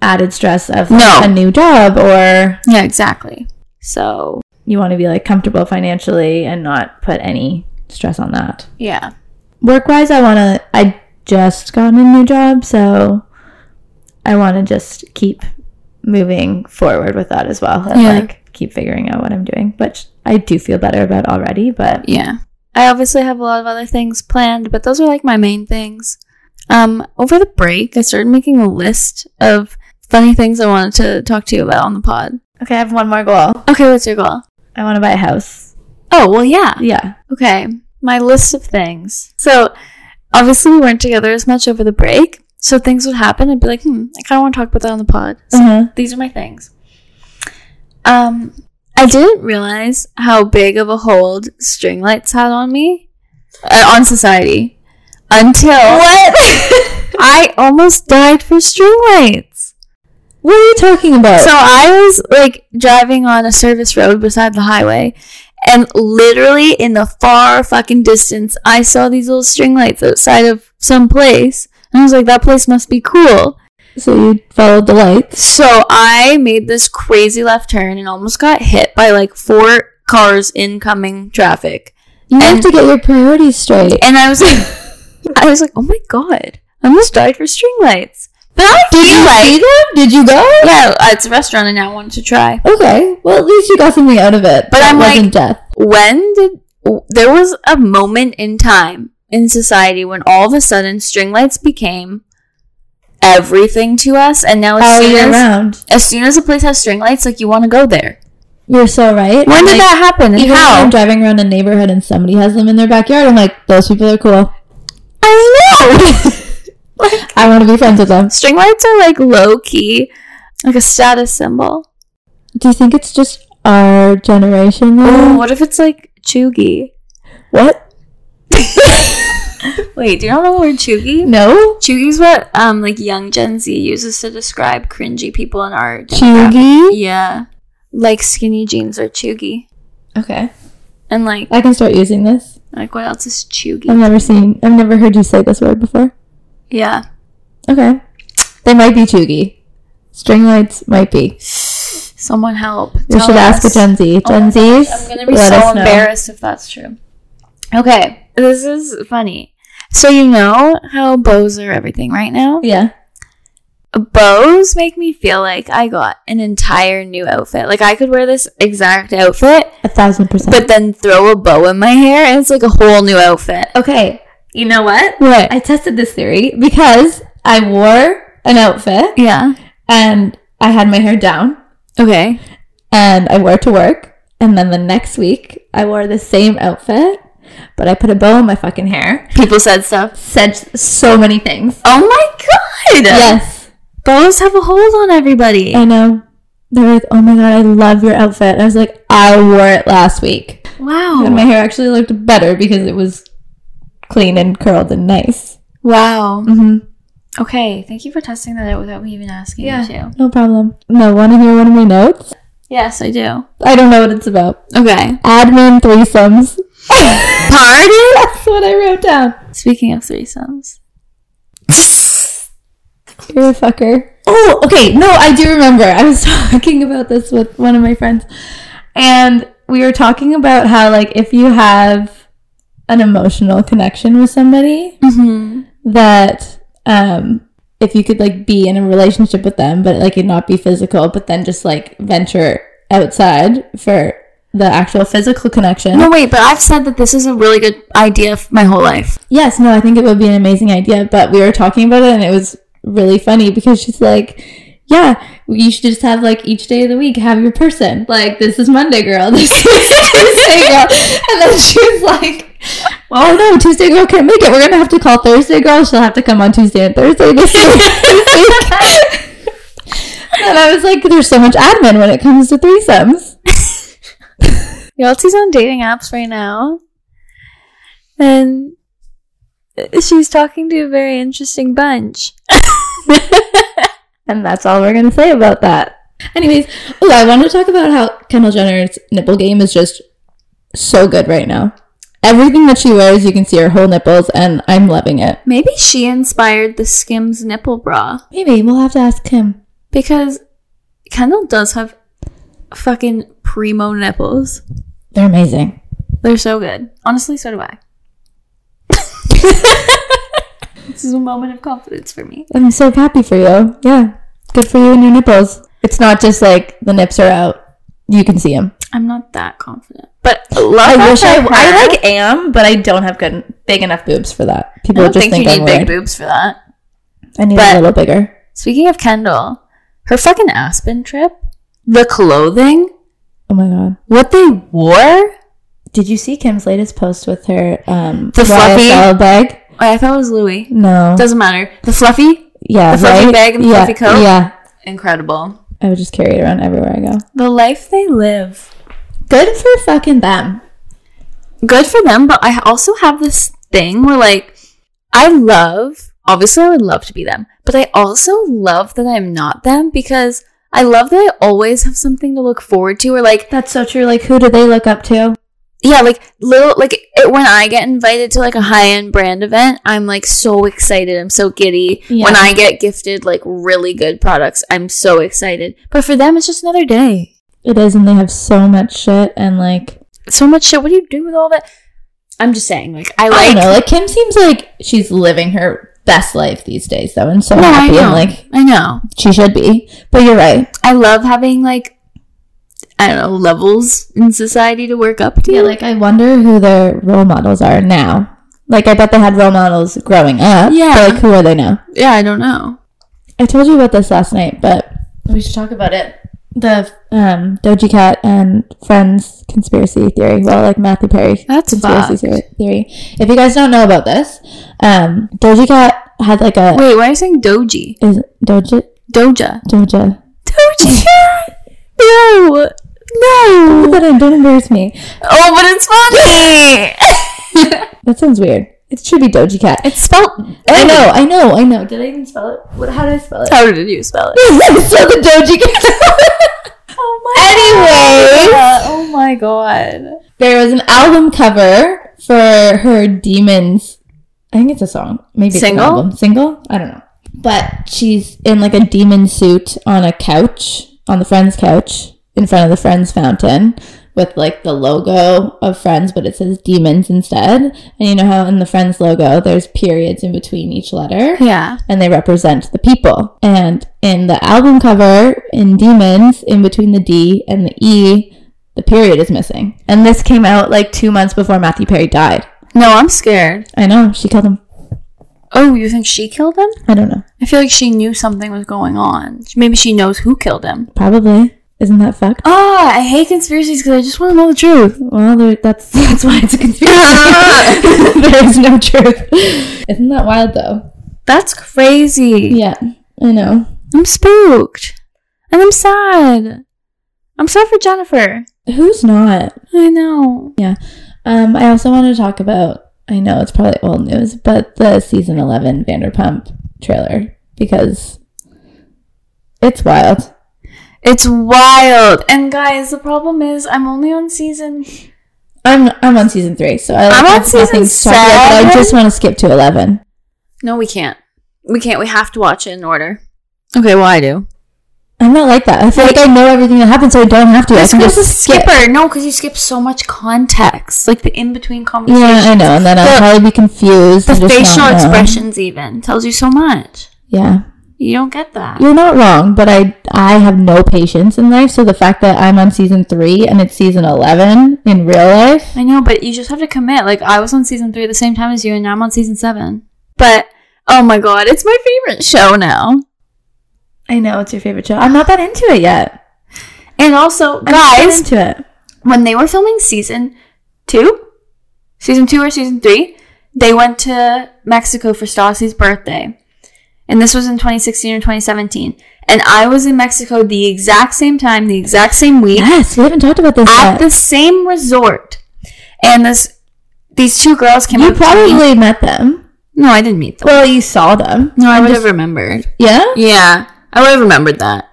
added stress of
No.
a new job or
Yeah, exactly. So,
you want to be like comfortable financially and not put any stress on that.
yeah.
work wise, I want to. I just got a new job, so I want to just keep moving forward with that as well, and
Yeah.
like keep figuring out what I'm doing, which I do feel better about already. But
Yeah. I obviously have a lot of other things planned, but those are like my main things. Um, over the break, I started making a list of funny things I wanted to talk to you about on the pod.
okay, I have one more goal.
Okay, what's your goal?
I want to buy a house.
Oh, well, yeah.
Yeah,
Okay, my list of things. So, obviously, we weren't together as much over the break. So, things would happen. I'd be like, hmm, I kind of want to talk about that on the pod. So,
uh-huh.
these are my things. Um, I didn't realize how big of a hold string lights had on me, uh, on society, until what I almost died for string lights.
what are you talking about?
So I was like driving on a service road beside the highway, and literally in the far fucking distance, I saw these little string lights outside of some place, and I was like, "That place must be cool."
so you followed the lights.
So I made this crazy left turn and almost got hit by like four cars incoming traffic.
You
have to
get your priorities straight.
And I was like, I was like, oh my god, I almost died for string lights. But I
Did
feel
you
like,
see them? Did you go?
yeah, uh, it's a restaurant and I wanted to try.
Okay. Well, at least you got something out of it.
But
That
I'm like-
wasn't death.
When did w- there was a moment in time in society when all of a sudden string lights became everything to us, and now as
All
soon
year
as,
round.
as soon as a place has string lights, like you want to go there.
You're so right.
When
I'm
did
like,
that happen? And
Even when
how?
I'm driving around a neighborhood and somebody has them in their backyard, I'm like, those people are cool.
I know.
I want to be friends with them.
String lights are like low key, like a status symbol.
Do you think it's just our generation?
Ooh,
now?
Oh, what if it's like chuggy?
What?
Wait, do you not know the word chuggy?
No?
Chuggy's what um like young Gen Z uses to describe cringy people in our demographic.
Chuggy?
Yeah, like skinny jeans are chuggy,
Okay.
and like
I can start using this.
like what else is
I've
chuggy?
never seen, I've never heard you say this word before.
Yeah,
Okay. They might be chuggy. String lights might be.
someone help.
We should ask a Gen Z.
Oh my
Gen Z's,
I'm gonna be
let
so
us know.
embarrassed if that's true. Okay, this is funny. So you know how bows are everything right now.
Yeah.
bows make me feel like I got an entire new outfit. Like I could wear this exact outfit,
A thousand percent.
but then throw a bow in my hair and it's like a whole new outfit.
okay.
You know what?
What? I tested this theory because I wore an outfit
Yeah.
and I had my hair down.
Okay.
and I wore it to work. And then the next week, I wore the same outfit, but I put a bow in my fucking hair.
People said stuff.
Said so many things.
Oh my god.
Yes,
Bows have a hold on everybody.
I know. They were like, "Oh my god, I love your outfit." And I was like, "I wore it last week, and
Wow.
my hair actually looked better because it was clean and curled and nice."
Wow.
Mm-hmm.
Okay. Thank you for testing that out without me even asking
Yeah.
you to.
No problem. No, want to hear one of my notes?
Yes, I do.
I don't know what it's about.
Okay.
Admin threesomes.
Pardon?
That's what I wrote down.
Speaking of threesomes,
You're a fucker. Oh, okay. No, I do remember. I was talking about this with one of my friends. And we were talking about how, like, if you have an emotional connection with somebody,
Mm-hmm.
that um, if you could, like, be in a relationship with them, but, like, it not be physical, but then just, like, venture outside for the actual physical connection.
No, wait, but I've said that this is a really good idea f- my whole life.
Yes, no, I think it would be an amazing idea, but we were talking about it and it was really funny because she's like, yeah, you should just have like each day of the week have your person. Like this is Monday girl, this is Tuesday girl. And then she was like, Oh no, Tuesday girl can't make it. We're gonna have to call Thursday girl. She'll have to come on Tuesday and Thursday this week. This week." and I was like, there's so much admin when it comes to threesomes.
Yeltsin's on dating apps right now. And she's talking to a very interesting bunch.
And that's all we're going to say about that. Anyways, oh, I want to talk about how Kendall Jenner's nipple game is just so good right now. Everything that she wears, you can see her whole nipples, and I'm loving it.
Maybe she inspired the Skims nipple bra.
Maybe we'll have to ask him.
Because Kendall does have fucking primo nipples.
They're amazing.
They're so good. Honestly, so do I. this is a moment of confidence for me.
I'm so happy for you. Yeah, good for you and your nipples. It's not just like the nips are out; you can see them.
I'm not that confident. But
I
love
wish I,
that for her.
I like am, but I don't have good, big enough boobs for that.
I
People
don't
just
think,
think,
you
I'm
need
weird.
big boobs for that.
I need
but-
a little bigger.
Speaking of Kendall, her fucking Aspen trip, the clothing,
Oh my god.
what they wore.
Did you see Kim's latest post with her um
The fluffy-
YSL bag?
Oh, I thought it was Louis.
No.
Doesn't matter. The fluffy,
yeah,
the fluffy
right?
bag and the
yeah,
fluffy coat?
Yeah.
incredible.
I would just carry it around everywhere I go.
The life they live.
Good for fucking them.
good for them, but I also have this thing where like I love obviously I would love to be them, but I also love that I'm not them because I love that I always have something to look forward to or like
That's so true. Like who do they look up to?
yeah, like little like it, when I get invited to like a high-end brand event, I'm like so excited. I'm so giddy.
Yeah.
When I get gifted like really good products, I'm so excited. But for them it's just another day.
It is and they have so much shit and like
So much shit. What do you do with all that? I'm just saying like I
I
like
don't know, like Kim seems like she's living her best life these days though and so
No, I
happy and
know.
like
I know.
she should be. But you're right.
I love having like I don't know levels in society to work up to.
Yeah, like I wonder who their role models are now. Like I bet they had role models growing up.
Yeah.
But, like who are they now?
yeah, I don't know.
I told you about this last night, but we should talk about it. The um, Doji Cat and Friends conspiracy theory. Well, like Matthew Perry
That's
conspiracy theory- theory. If you guys don't know about this, um, Doji Cat had like a
Wait, why are you saying doji?
is Doja
Doja.
Doja.
Doji. no,
Look
no.
at that, Don't embarrass me.
Oh, but it's funny.
That sounds weird. It should be Doji Cat.
it's spelled.
I know, I know, I know. Did I even spell it? What, how did I spell it?
How did you spell it?
so the Doji Cat. Anyway.
oh my god.
there was an album cover for her demons i think it's a song maybe it's
Single?
an album single i don't know but she's in like a demon suit on a couch on the friend's couch in front of the friend's fountain with like the logo of friends but it says demons instead and you know how in the friends logo there's periods in between each letter
Yeah.
and they represent the people. And in the album cover, in Demons, in between the D and the E, the period is missing. And this came out like two months before Matthew Perry died.
No, I'm scared.
I know, she killed him.
Oh, you think she killed him?
I don't know.
I feel like she knew something was going on. Maybe she knows who killed him.
Probably. Isn't that fucked?
Ah, I hate conspiracies because I just want to know the truth.
Well, there, that's that's why it's a conspiracy. there is no truth. Isn't that wild though?
That's crazy.
Yeah, I know.
I'm spooked. And I'm sad. I'm sad for Jennifer.
Who's not?
I know.
Um, I also want to talk about. I know it's probably old news, but the season eleven Vanderpump trailer because it's wild.
It's wild. And guys, the problem is I'm only on season
I'm I'm on season three, so I,
I'm on
have
season
nothing to talk about, but I
seven.
just want to skip to eleven.
No, we can't. We can't. We have to watch it in order. Okay, well, I do.
I'm not like that. I feel like, I know everything that happens, so I don't have to. I
This
can
girl's a
just skip.
skipper. No, because you skip so much context, like the in between conversations.
Yeah, I know, and then I'll
The-
probably be confused.
The
and just not
facial
know.
expressions even tells you so much.
Yeah,
You don't get that.
you're not wrong, but I I have no patience in life, so the fact that I'm on season three and it's season eleven in real life,
I know, but you just have to commit. Like I was on season three at the same time as you, and now I'm on season seven. But oh my god, it's my favorite show now.
I know it's your favorite show. I'm not that into it yet,
And also,
I'm not that
guys,
into it.
when they were filming season two, season two or season three, they went to Mexico for Stassi's birthday. And this was in 2016 or 2017. And I was in Mexico the exact same time, the exact same week,
Yes, we haven't talked about this
at
yet.
the same resort. And this, these two girls came
you
up to me.
probably met them.
No, I didn't meet them.
Well, you saw them.
No, I
I'm
would
just-
have remembered.
Yeah,
Yeah, oh, I would have remembered that.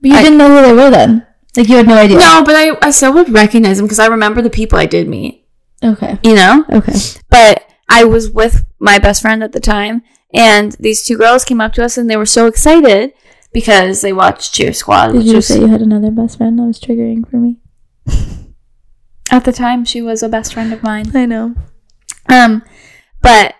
but you
I-
didn't know who they were then. Like you had no idea.
No, but I, I still would recognize them because I remember the people I did meet,
Okay.
you know?
Okay.
but I was with my best friend at the time, and these two girls came up to us and they were so excited because they watched Cheer Squad,
Did
which
you
was
say you had another best friend that was triggering for me?
at the time she was a best friend of mine.
I know.
Um, but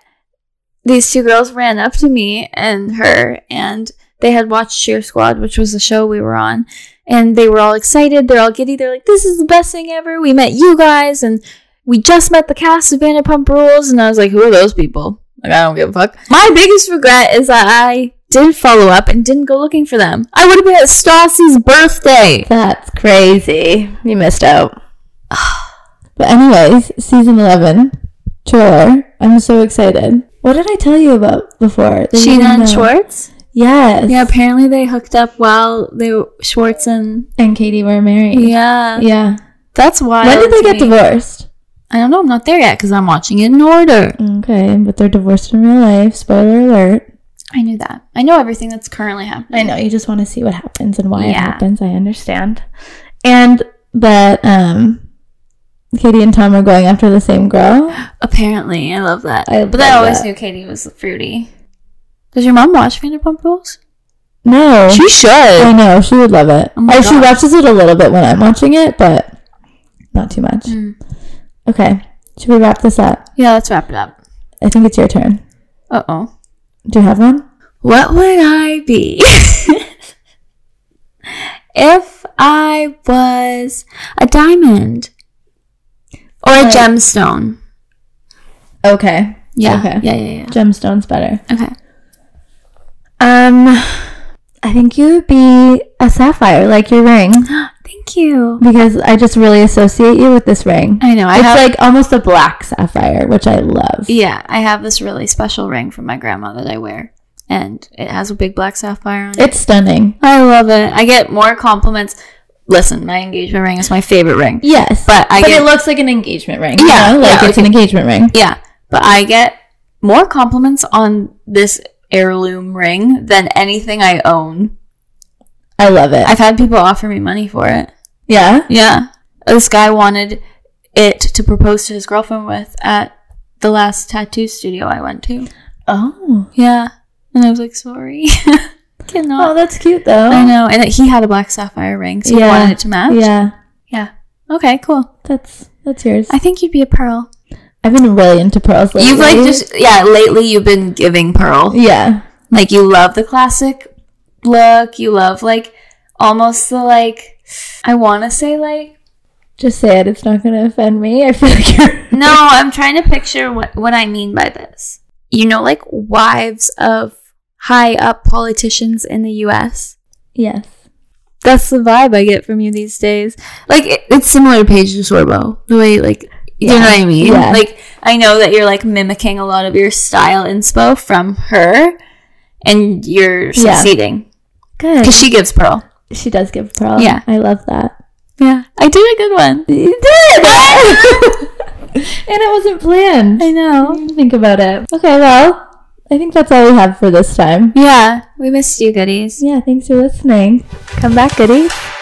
these two girls ran up to me and her, and they had watched Cheer Squad, which was the show we were on, and they were all excited. They're all giddy. They're like, "This is the best thing ever! We met you guys, and we just met the cast of Vanderpump Rules." And I was like, "Who are those people?" Like, I don't give a fuck. My biggest regret is that I didn't follow up and didn't go looking for them. I would have been at Stassi's birthday.
That's crazy. You missed out. but anyways, season eleven, Chore. I'm so excited. What did I tell you about before? That you
Sheena
didn't know?
and Schwartz.
Yes.
Yeah, apparently they hooked up while they were Schwartz and
And Katie were married.
yeah.
Yeah.
That's why.
When did they get divorced?
I don't know. I'm not there yet because I'm watching it in order.
Okay, but they're divorced in real life. Spoiler alert.
I knew that. I know everything that's currently happening.
I know you just want to see what happens and why it
Yeah.
happens. I understand, and that um, Katie and Tom are going after the same girl.
Apparently, I love that.
I
but I
love
always
that.
knew Katie was fruity. Does your mom watch Vanderpump Rules? Oh,
No, I
should.
know she would love it.
Oh my
Oh she
God.
watches it a little bit when I'm watching it, but not too much.
Mm.
Okay, should we wrap this up?
Yeah, let's wrap it up.
I think it's your turn.
Uh oh.
Do you have one?
What would I be if I was a diamond or a
Right.
gemstone?
Okay,
Yeah.
Okay.
Yeah, yeah, yeah.
gemstones better.
Okay.
Um, I think you would be a sapphire, like your ring,
Thank you.
because I just really associate you with this ring.
I know. I
it's
have
like almost a black sapphire, which I love.
Yeah, I have this really special ring from my grandma that I wear, and it has a big black sapphire on it.
It's stunning.
I love it. I get more compliments. Listen, my engagement ring is my favorite ring.
Yes,
But I get-
it looks like an engagement ring.
Yeah,
Yeah, like
yeah,
it's an engagement ring.
Yeah, but I get more compliments on this heirloom ring than anything I own.
I love it.
I've had people offer me money for it.
yeah,
Yeah. This guy wanted it to propose to his girlfriend with at the last tattoo studio I went to.
Oh.
Yeah. And I was like, sorry. Cannot.
Oh, that's cute though.
I know, and he had a black sapphire ring, so he
Yeah.
wanted it to match.
Yeah.
Yeah. Okay, cool.
That's that's yours.
I think you'd be a pearl.
I've been really into pearls lately.
You've like just yeah, lately you've been giving pearl.
Yeah.
Like you love the classic look. You love like almost the like I want to say like
Just say it. It's not gonna offend me. I feel like you're
no, I'm trying to picture what what I mean by this. You know like wives of high up politicians in the US.
Yes.
That's the vibe I get from you these days. Like it, it's similar to Paige de Sorbo, the way like you know what I mean.
Yeah.
Like I know that you're like mimicking a lot of your style inspo from her, and you're
Yeah.
succeeding
Good.
because she gives pearl.
She does give pearl.
Yeah.
I love that.
Yeah, I did a good one.
You did And it wasn't planned.
I know.
didn't think about it. Okay, well, I think that's all we have for this time.
Yeah, we missed you, goodies.
Yeah, thanks for listening. Come back, goodies.